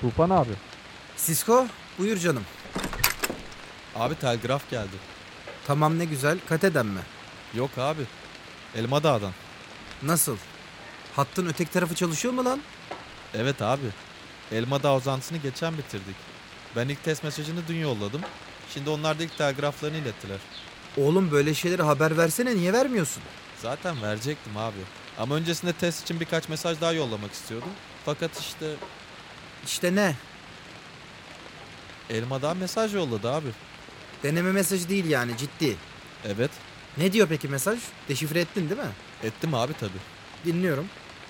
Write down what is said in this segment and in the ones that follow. Tufan abi. Sisko buyur canım. Abi telgraf geldi. Tamam ne güzel kateden mi? Yok abi. Elma Dağ'dan. Nasıl? Hattın öteki tarafı çalışıyor mu lan? Evet abi. Elma Dağ uzantısını geçen bitirdik. Ben ilk test mesajını dün yolladım. Şimdi onlar da ilk telgraflarını ilettiler. Oğlum böyle şeyleri haber versene niye vermiyorsun? Zaten verecektim abi. Ama öncesinde test için birkaç mesaj daha yollamak istiyordum. Fakat işte İşte ne? Elma Dağ mesaj yolladı abi. Deneme mesajı değil yani ciddi. Evet. Ne diyor peki mesaj? Deşifre ettin değil mi? Ettim abi tabii. Dinliyorum.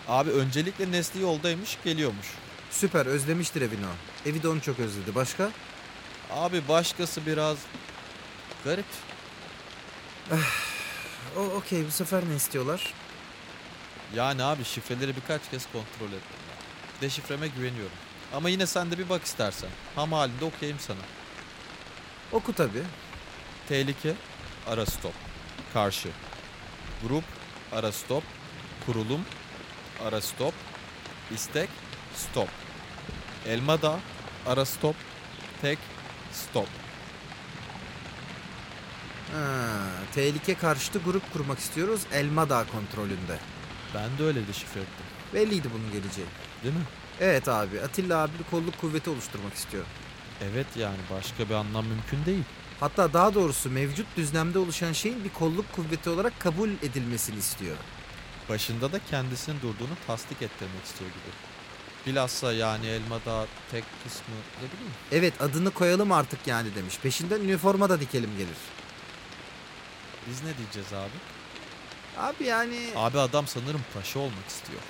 Abi öncelikle Nesli yoldaymış geliyormuş. Süper özlemiştir evini o. Evi de onu çok özledi. Başka? Abi başkası biraz garip. O okey bu sefer ne istiyorlar? Yani abi şifreleri birkaç kez kontrol ettim. ya. Deşifreme güveniyorum. Ama yine sen de bir bak istersen. Ham halinde okuyayım sana. Oku tabii. Tehlike, ara stop. Karşı. Grup, ara stop. Kurulum, ara stop. İstek, stop. Elma da, ara stop. Tek, stop. Ha, tehlike karşıtı grup kurmak istiyoruz Elma Dağ kontrolünde. Ben de öyle deşifre ettim. Belliydi bunun geleceği. Değil mi? Evet abi Atilla abi bir kolluk kuvveti oluşturmak istiyor. Evet yani başka bir anlam mümkün değil. Hatta daha doğrusu mevcut düzlemde oluşan şeyin bir kolluk kuvveti olarak kabul edilmesini istiyor. Başında da kendisinin durduğunu tasdik ettirmek istiyor gibi. Bilhassa yani elma da tek kısmı ne bileyim. Evet adını koyalım artık yani demiş. Peşinden üniforma da dikelim gelir. Biz ne diyeceğiz abi? Abi yani Abi adam sanırım paşa olmak istiyor.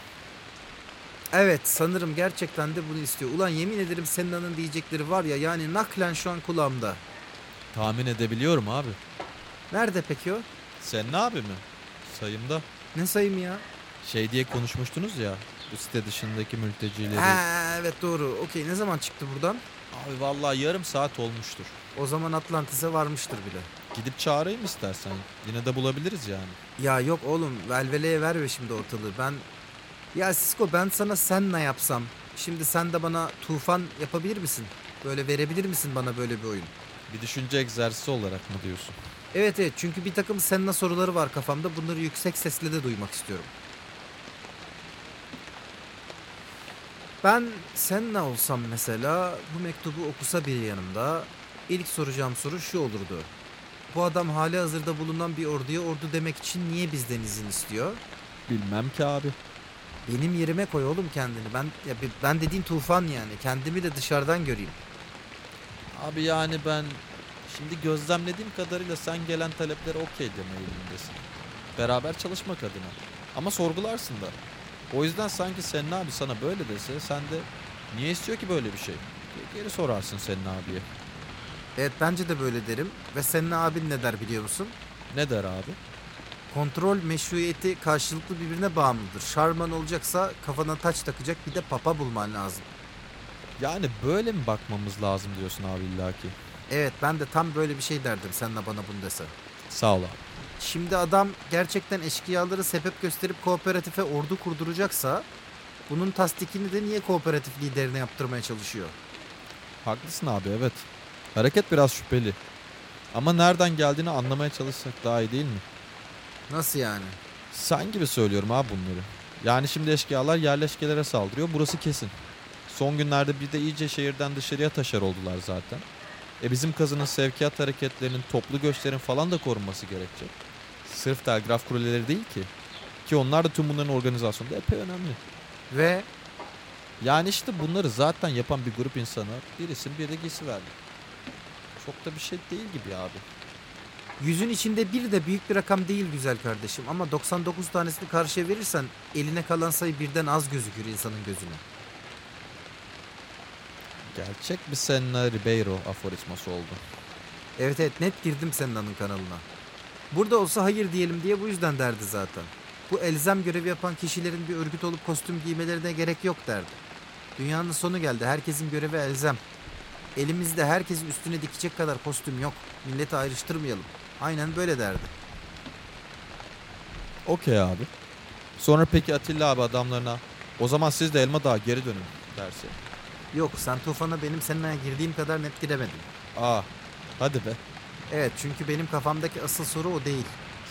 evet sanırım gerçekten de bunu istiyor. Ulan yemin ederim senin anın diyecekleri var ya yani naklen şu an kulağımda. Tahmin edebiliyorum abi. Nerede peki o? Sen ne abi mi? Sayımda. Ne sayım ya? Şey diye konuşmuştunuz ya. Bu site dışındaki mültecileri. Ha, evet doğru. Okey ne zaman çıktı buradan? Abi vallahi yarım saat olmuştur. O zaman Atlantis'e varmıştır bile. Gidip çağırayım istersen. Yine de bulabiliriz yani. Ya yok oğlum velveleye verme şimdi ortalığı. Ben ya Sisko ben sana sen ne yapsam? Şimdi sen de bana tufan yapabilir misin? Böyle verebilir misin bana böyle bir oyun? Bir düşünce egzersizi olarak mı diyorsun? Evet evet çünkü bir takım senna soruları var kafamda. Bunları yüksek sesle de duymak istiyorum. Ben senna olsam mesela bu mektubu okusa biri yanımda ilk soracağım soru şu olurdu. Bu adam hali hazırda bulunan bir orduya ordu demek için niye bizden izin istiyor? Bilmem ki abi. Benim yerime koy oğlum kendini. Ben ya bi- ben dediğin tufan yani. Kendimi de dışarıdan göreyim. Abi yani ben şimdi gözlemlediğim kadarıyla sen gelen taleplere okey deme eğilimindesin. Beraber çalışmak adına. Ama sorgularsın da. O yüzden sanki Senin abi sana böyle dese sen de niye istiyor ki böyle bir şey? diye Geri sorarsın Senin abiye. Evet bence de böyle derim. Ve senin abin ne der biliyor musun? Ne der abi? Kontrol meşruiyeti karşılıklı birbirine bağımlıdır. Şarman olacaksa kafana taç takacak bir de papa bulman lazım. Yani böyle mi bakmamız lazım diyorsun abi illaki. Evet ben de tam böyle bir şey derdim senle bana bunu dese. Sağ ol abi. Şimdi adam gerçekten eşkıyaları sebep gösterip kooperatife ordu kurduracaksa bunun tasdikini de niye kooperatif liderine yaptırmaya çalışıyor? Haklısın abi evet. Hareket biraz şüpheli. Ama nereden geldiğini anlamaya çalışsak daha iyi değil mi? Nasıl yani? Sen gibi söylüyorum abi bunları. Yani şimdi eşkıyalar yerleşkelere saldırıyor. Burası kesin. Son günlerde bir de iyice şehirden dışarıya taşar oldular zaten. E bizim kazının sevkiyat hareketlerinin, toplu göçlerin falan da korunması gerekecek. Sırf telgraf kuleleri değil ki. Ki onlar da tüm bunların organizasyonunda epey önemli. Ve Yani işte bunları zaten yapan bir grup insana bir isim bir de giysi verdi. Çok da bir şey değil gibi abi. Yüzün içinde bir de büyük bir rakam değil güzel kardeşim ama 99 tanesini karşıya verirsen eline kalan sayı birden az gözükür insanın gözüne. Gerçek bir Senna Ribeiro aforizması oldu. Evet evet net girdim senin anın kanalına. Burada olsa hayır diyelim diye bu yüzden derdi zaten. Bu elzem görevi yapan kişilerin bir örgüt olup kostüm giymelerine gerek yok derdi. Dünyanın sonu geldi herkesin görevi elzem. Elimizde herkesin üstüne dikecek kadar kostüm yok. Milleti ayrıştırmayalım. Aynen böyle derdi. Okey abi. Sonra peki Atilla abi adamlarına o zaman siz de Elma Dağ'a geri dönün derse. Yok sen tufana benim seninle girdiğim kadar net giremedim. Aa "Ah, hadi be. Evet çünkü benim kafamdaki asıl soru o değil.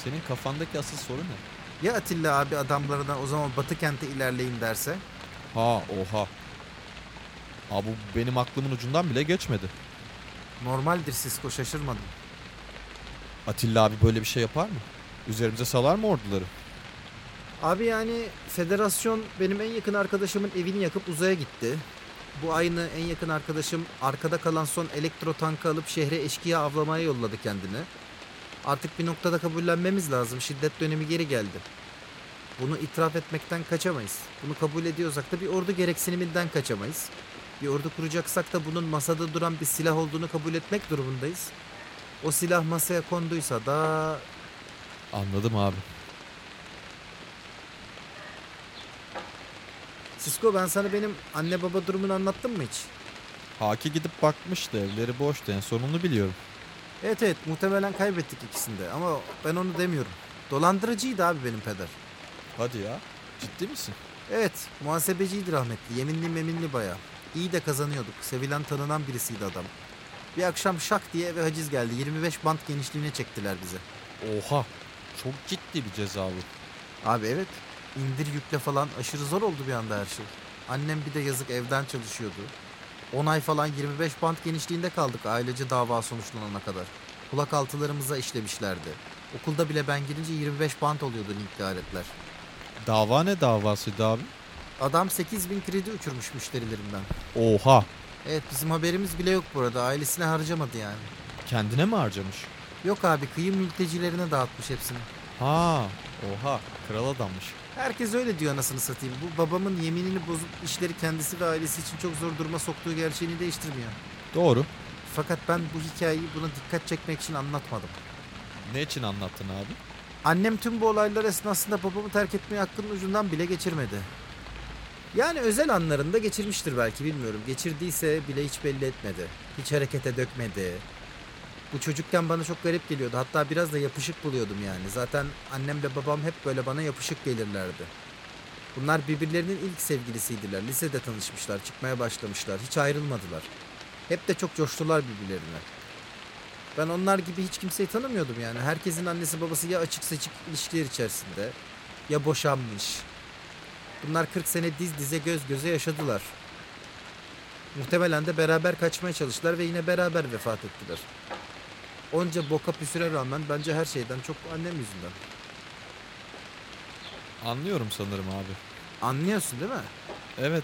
Senin kafandaki asıl soru ne? Ya Atilla abi adamlarına o zaman Batı kente ilerleyin derse? Ha oha. Aa bu benim aklımın ucundan bile geçmedi. Normaldir Sisko şaşırmadım. Atilla abi böyle bir şey yapar mı? Üzerimize salar mı orduları? Abi yani federasyon benim en yakın arkadaşımın evini yakıp uzaya gitti. Bu aynı en yakın arkadaşım arkada kalan son elektro tankı alıp şehre eşkıya avlamaya yolladı kendini. Artık bir noktada kabullenmemiz lazım. Şiddet dönemi geri geldi. Bunu itiraf etmekten kaçamayız. Bunu kabul ediyorsak da bir ordu gereksiniminden kaçamayız. Bir ordu kuracaksak da bunun masada duran bir silah olduğunu kabul etmek durumundayız. O silah masaya konduysa da Anladım abi. Sisko ben sana benim anne baba durumunu anlattım mı hiç? Haki gidip bakmıştı evleri boştu en sonunu biliyorum. Evet evet muhtemelen kaybettik ikisinde ama ben onu demiyorum. Dolandırıcıydı abi benim peder. Hadi ya. Ciddi misin? Evet muhasebeciydi rahmetli yeminli meminli baya. İyi de kazanıyorduk. Sevilen tanınan birisiydi adam. Bir akşam şak diye eve haciz geldi. 25 bant genişliğine çektiler bize. Oha. Çok ciddi bir ceza bu. Abi evet indir yükle falan aşırı zor oldu bir anda her şey. Annem bir de yazık evden çalışıyordu. 10 ay falan 25 bant genişliğinde kaldık ailece dava sonuçlanana kadar. Kulak altılarımıza işlemişlerdi. Okulda bile ben girince 25 bant oluyordu linkli aletler. Dava ne davasıydı abi? Adam 8000 kredi uçurmuş müşterilerimden. Oha. Evet bizim haberimiz bile yok burada. Ailesine harcamadı yani. Kendine mi harcamış? Yok abi kıyı mültecilerine dağıtmış hepsini. Ha. Oha. Kral adammış. Herkes öyle diyor anasını satayım. Bu babamın yeminini bozup işleri kendisi ve ailesi için çok zor duruma soktuğu gerçeğini değiştirmiyor. Doğru. Fakat ben bu hikayeyi buna dikkat çekmek için anlatmadım. Ne için anlattın abi? Annem tüm bu olaylar esnasında babamı terk etmeyi aklının ucundan bile geçirmedi. Yani özel anlarında geçirmiştir belki bilmiyorum. Geçirdiyse bile hiç belli etmedi. Hiç harekete dökmedi. Bu çocukken bana çok garip geliyordu. Hatta biraz da yapışık buluyordum yani. Zaten annemle babam hep böyle bana yapışık gelirlerdi. Bunlar birbirlerinin ilk sevgilisiydiler. Lisede tanışmışlar, çıkmaya başlamışlar. Hiç ayrılmadılar. Hep de çok coştular birbirlerine. Ben onlar gibi hiç kimseyi tanımıyordum yani. Herkesin annesi babası ya açık seçik ilişkiler içerisinde ya boşanmış. Bunlar 40 sene diz dize göz göze yaşadılar. Muhtemelen de beraber kaçmaya çalıştılar ve yine beraber vefat ettiler. Onca boka püsüre rağmen bence her şeyden çok annem yüzünden. Anlıyorum sanırım abi. Anlıyorsun değil mi? Evet.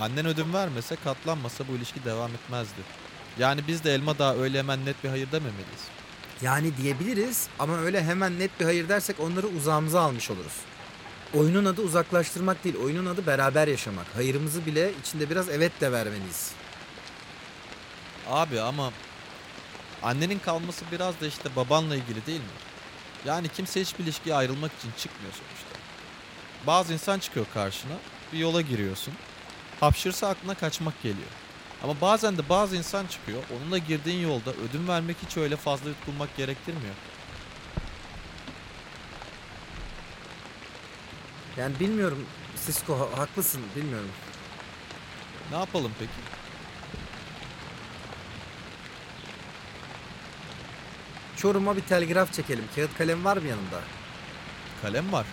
Annen ödün vermese, katlanmasa bu ilişki devam etmezdi. Yani biz de elma daha öyle hemen net bir hayır dememeliyiz. Yani diyebiliriz ama öyle hemen net bir hayır dersek onları uzağımıza almış oluruz. Oyunun adı uzaklaştırmak değil, oyunun adı beraber yaşamak. Hayırımızı bile içinde biraz evet de vermeliyiz. Abi ama annenin kalması biraz da işte babanla ilgili değil mi? Yani kimse hiçbir ilişkiye ayrılmak için çıkmıyor sonuçta. Bazı insan çıkıyor karşına, bir yola giriyorsun. Hapşırsa aklına kaçmak geliyor. Ama bazen de bazı insan çıkıyor, onunla girdiğin yolda ödün vermek hiç öyle fazla yutkunmak gerektirmiyor. Yani bilmiyorum Sisko ha- haklısın bilmiyorum. Ne yapalım peki? Çorum'a bir telgraf çekelim. Kağıt kalem var mı yanında? Kalem var.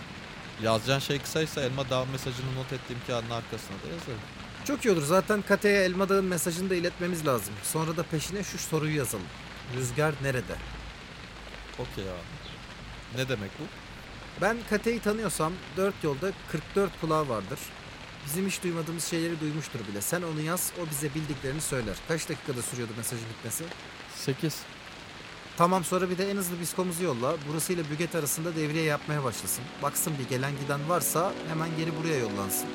Yazacağın şey kısaysa elma dağı mesajını not ettiğim kağıdın arkasına da yazarım. Çok iyi olur. Zaten Kate'ye Elmadağ'ın mesajını da iletmemiz lazım. Sonra da peşine şu soruyu yazalım. Rüzgar nerede? Okey abi. Ne demek bu? Ben Kate'yi tanıyorsam dört yolda 44 kulağı vardır. Bizim hiç duymadığımız şeyleri duymuştur bile. Sen onu yaz, o bize bildiklerini söyler. Kaç dakikada sürüyordu mesajın bitmesi? 8. Tamam sonra bir de en hızlı biskomuzu yolla. Burası ile Büget arasında devriye yapmaya başlasın. Baksın bir gelen giden varsa hemen geri buraya yollansın.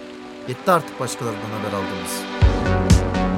Yetti artık başkalarından haber aldığımız.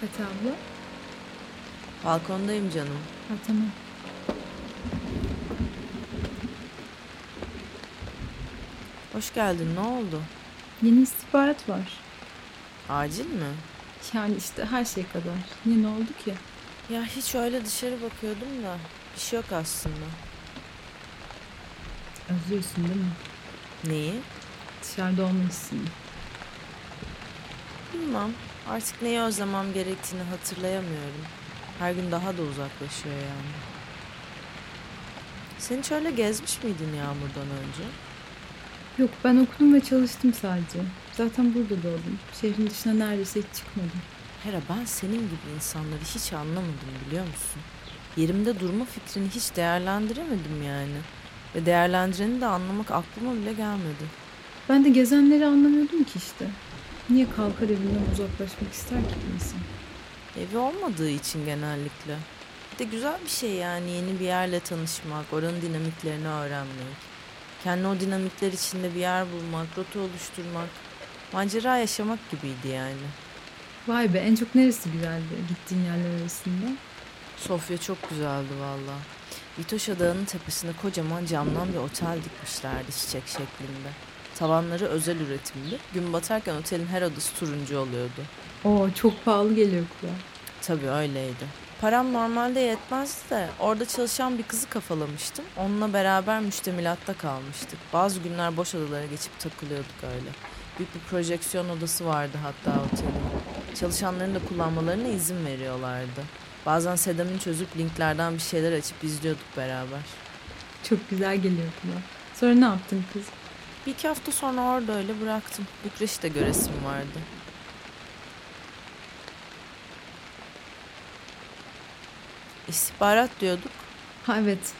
Fatih abla? Balkondayım canım. Ha tamam. Hoş geldin. Ne oldu? Yeni istihbarat var. Acil mi? Yani işte her şey kadar. Yine ne oldu ki? Ya hiç öyle dışarı bakıyordum da bir şey yok aslında. Özlüyorsun değil mi? Neyi? Dışarıda olmalısın. Bilmem. Artık neyi özlemem gerektiğini hatırlayamıyorum. Her gün daha da uzaklaşıyor yani. Sen hiç öyle gezmiş miydin Yağmur'dan önce? Yok ben okudum ve çalıştım sadece. Zaten burada doğdum. Şehrin dışına neredeyse hiç çıkmadım. Hera ben senin gibi insanları hiç anlamadım biliyor musun? Yerimde durma fikrini hiç değerlendiremedim yani. Ve değerlendireni de anlamak aklıma bile gelmedi. Ben de gezenleri anlamıyordum ki işte. Niye kalkar evinden uzaklaşmak ister ki bir insan? Evi olmadığı için genellikle. Bir de güzel bir şey yani yeni bir yerle tanışmak, oranın dinamiklerini öğrenmek. Kendi o dinamikler içinde bir yer bulmak, rota oluşturmak. Macera yaşamak gibiydi yani. Vay be en çok neresi güzeldi gittiğin yerler arasında? Sofya çok güzeldi valla. Vitoşa Dağı'nın tepesine kocaman camdan bir otel dikmişlerdi çiçek şeklinde. Tavanları özel üretimli. Gün batarken otelin her odası turuncu oluyordu. Oo çok pahalı geliyor kulağa. Tabii öyleydi. Param normalde yetmezdi de orada çalışan bir kızı kafalamıştım. Onunla beraber müştemilatta kalmıştık. Bazı günler boş odalara geçip takılıyorduk öyle. Büyük bir projeksiyon odası vardı hatta otelin. Çalışanların da kullanmalarına izin veriyorlardı. Bazen Sedam'ın çözüp linklerden bir şeyler açıp izliyorduk beraber. Çok güzel geliyor kulağa. Sonra ne yaptın kız? Bir iki hafta sonra orada öyle bıraktım. Bükreş'te göresim vardı. İstihbarat diyorduk. Ha evet.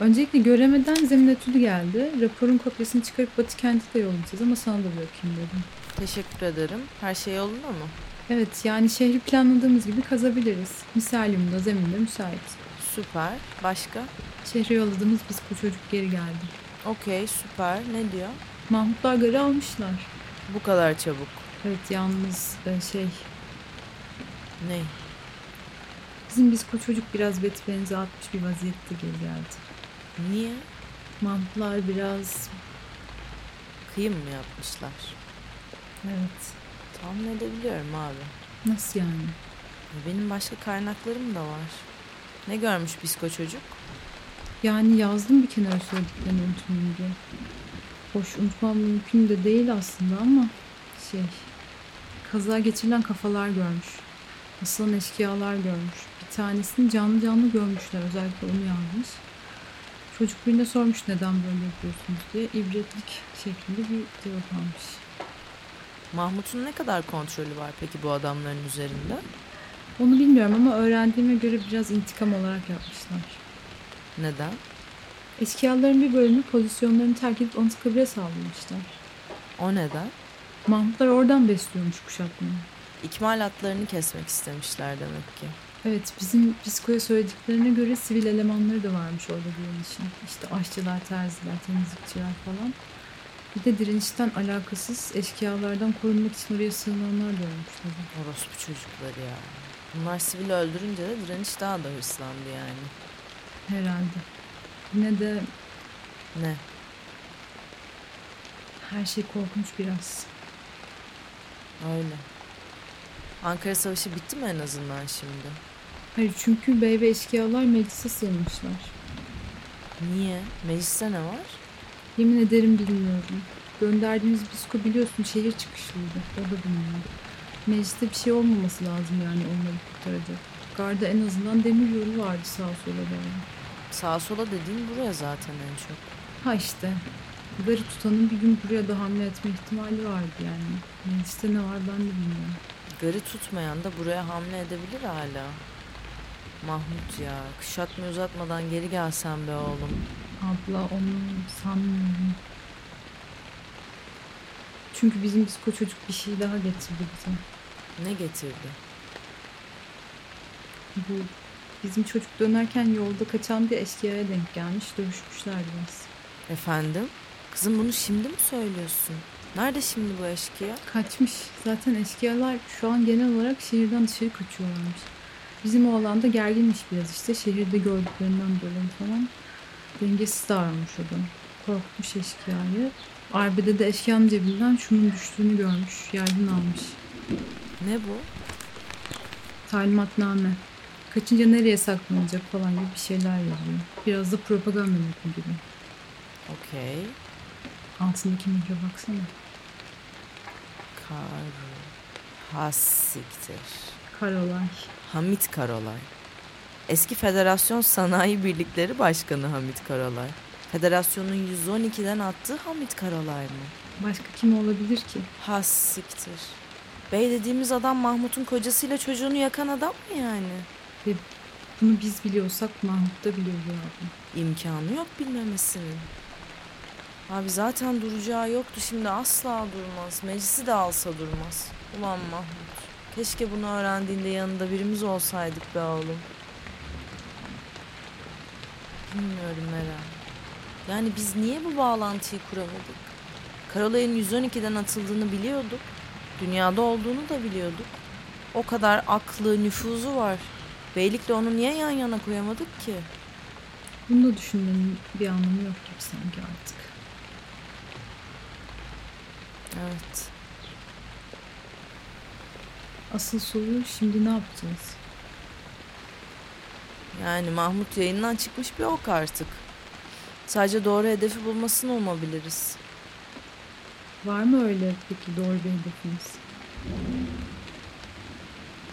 Öncelikle göremeden zemin ötülü geldi. Raporun kopyasını çıkarıp Batı kenti de yollayacağız ama sana da bırakayım dedim. Teşekkür ederim. Her şey yolunda mı? Evet yani şehri planladığımız gibi kazabiliriz. Misalyumda zemin de müsait. Süper. Başka? Şehre yolladığımız biz bu çocuk geri geldi. Okey süper. Ne diyor? Mahmutlar garı almışlar. Bu kadar çabuk. Evet yalnız e, şey Ne? bizim biz bu çocuk biraz Batman'ize atmış bir vaziyette geri geldi. Niye? Mahmutlar biraz Kıyım mı yapmışlar? evet Tahmin edebiliyorum abi. nasıl yani? Ya Benim başka kaynaklarım da var. Ne görmüş psiko çocuk? Yani yazdım bir kenara söylediklerini unutmayayım diye. Hoş unutmam mümkün de değil aslında ama şey... Kaza geçirilen kafalar görmüş. Asılan eşkıyalar görmüş. Bir tanesini canlı canlı görmüşler. Özellikle onu yazmış. Çocuk birine sormuş neden böyle yapıyorsunuz diye. İbretlik şeklinde bir cevap almış. Mahmut'un ne kadar kontrolü var peki bu adamların üzerinde? Onu bilmiyorum ama öğrendiğime göre biraz intikam olarak yapmışlar. Neden? Eşkıyaların bir bölümü pozisyonlarını terk edip Anıtkabir'e saldırmışlar. O neden? Mahmutlar oradan besliyormuş kuşatmayı. İkmal hatlarını kesmek istemişler demek ki. Evet bizim psikoya söylediklerine göre sivil elemanları da varmış orada direnişin. İşte aşçılar, terziler, temizlikçiler falan. Bir de direnişten alakasız eşkıyalardan korunmak için oraya sığınanlar da olmuş tabii. Orospu çocukları ya. Bunlar sivil öldürünce de direniş daha da hırslandı yani. Herhalde. Yine de Ne? her şey korkunç biraz. Öyle. Ankara Savaşı bitti mi en azından şimdi? Hayır çünkü bey ve eşkıyalar meclise sığınmışlar. Niye? Mecliste ne var? Yemin ederim bilmiyorum. Gönderdiğimiz bisko biliyorsun şehir çıkışlıydı. O da bilmiyor. Mecliste bir şey olmaması lazım yani onları kurtaracak. Garda en azından demir yolu vardı sağa sola doğru. Sağa sola dediğin buraya zaten en çok. Ha işte. Garı tutanın bir gün buraya da hamle etme ihtimali vardı yani. Mecliste ne var ben de bilmiyorum. Garı tutmayan da buraya hamle edebilir hala. Mahmut ya kuşatma uzatmadan geri gelsen be oğlum. Abla onu sanmıyorum. Çünkü bizim bisko çocuk bir şey daha getirdi bize. Ne getirdi? Bu bizim çocuk dönerken yolda kaçan bir eşkıyaya denk gelmiş. Dövüşmüşler biraz. Efendim? Kızım bunu şimdi mi söylüyorsun? Nerede şimdi bu eşkıya? Kaçmış. Zaten eşkıyalar şu an genel olarak şehirden dışarı kaçıyorlarmış. Bizim oğlan da gerginmiş biraz işte. Şehirde gördüklerinden dolayı falan. Dengesiz davranmış adam. Korkmuş eşkıyayı. Arbede de eşkıyanın cebinden şunun düştüğünü görmüş. Yardım almış. Ne bu? Talimatname. Kaçınca nereye saklanacak falan gibi bir şeyler yazıyor. Biraz da propaganda metni gibi. Okey. Altındaki mühre baksana. Kar... Ha siktir. Karolay. Hamit Karolay. Eski Federasyon Sanayi Birlikleri Başkanı Hamit Karolay. Federasyonun 112'den attığı Hamit Karolay mı? Başka kim olabilir ki? Ha siktir. Bey dediğimiz adam Mahmut'un kocasıyla çocuğunu yakan adam mı yani? Bunu biz biliyorsak Mahmut da biliyor bu abi. İmkanı yok bilmemesinin. Abi zaten duracağı yoktu şimdi asla durmaz. Meclisi de alsa durmaz. Ulan Mahmut. Keşke bunu öğrendiğinde yanında birimiz olsaydık be oğlum. Bilmiyorum Eren. Yani biz niye bu bağlantıyı kuramadık? Karalay'ın 112'den atıldığını biliyorduk. Dünyada olduğunu da biliyorduk. O kadar aklı, nüfuzu var. Beylikle onu niye yan yana koyamadık ki? Bunu da düşünmenin bir anlamı yok gibi sanki artık. Evet. Asıl soru şimdi ne yapacağız? Yani Mahmut yayından çıkmış bir ok artık. Sadece doğru hedefi bulmasını umabiliriz. Var mı öyle peki doğru bir hedefimiz?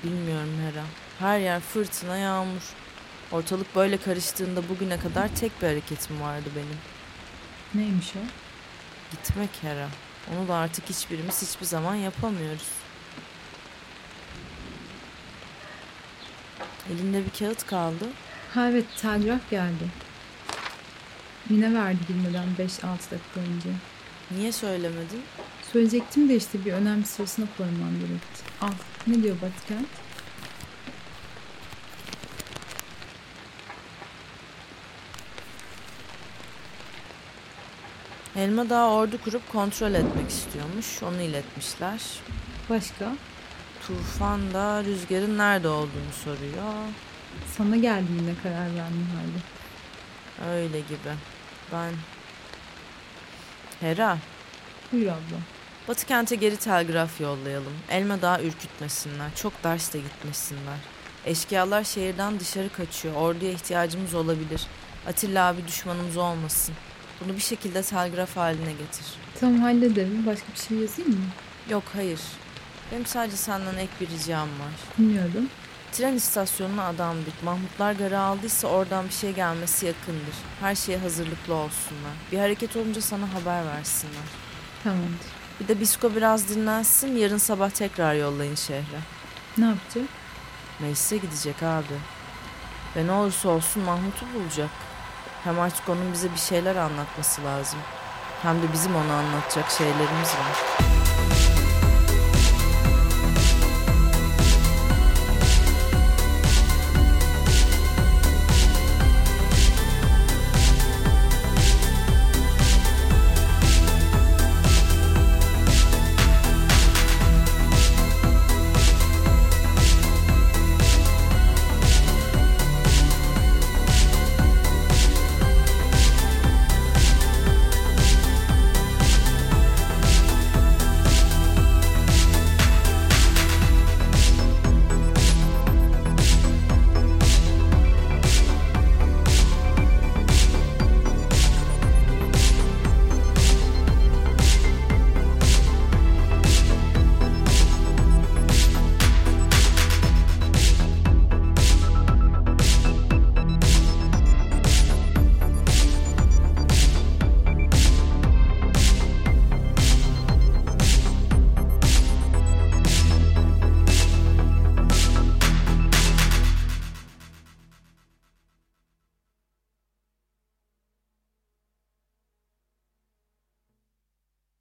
Bilmiyorum Hera. Her yer fırtına, yağmur. Ortalık böyle karıştığında bugüne kadar tek bir hareketim vardı benim. Neymiş o? Gitmek Hera. Onu da artık hiçbirimiz hiçbir zaman yapamıyoruz. Elinde bir kağıt kaldı. Ha evet telgraf geldi. Mine verdi girmeden 5-6 dakika önce. Niye söylemedin? Söyleyecektim de işte bir önemli sırasına koymam gerekti. Al ne diyor Batkent? Elma daha ordu kurup kontrol etmek istiyormuş. Onu iletmişler. Başka? Tufan da rüzgarın nerede olduğunu soruyor. Sana geldi yine karar verme hali. Öyle gibi. Ben... Hera, Buyur abla. Batı kente geri telgraf yollayalım. Elma daha ürkütmesinler. Çok ders de gitmesinler. Eşkıyalar şehirden dışarı kaçıyor. Orduya ihtiyacımız olabilir. Atilla abi düşmanımız olmasın. Bunu bir şekilde telgraf haline getir. Tamam hallederim. Başka bir şey yazayım mı? Yok hayır. Benim sadece senden ek bir ricam var. Bilmiyorum. Tren istasyonuna adam dik. Mahmutlar garı aldıysa oradan bir şey gelmesi yakındır. Her şeye hazırlıklı olsunlar. Bir hareket olunca sana haber versinler. Tamamdır. Bir de Bisko biraz dinlensin. Yarın sabah tekrar yollayın şehre. Ne yapacak? Meclise gidecek abi. Ve ne olursa olsun Mahmut'u bulacak. Hem artık onun bize bir şeyler anlatması lazım. Hem de bizim ona anlatacak şeylerimiz var.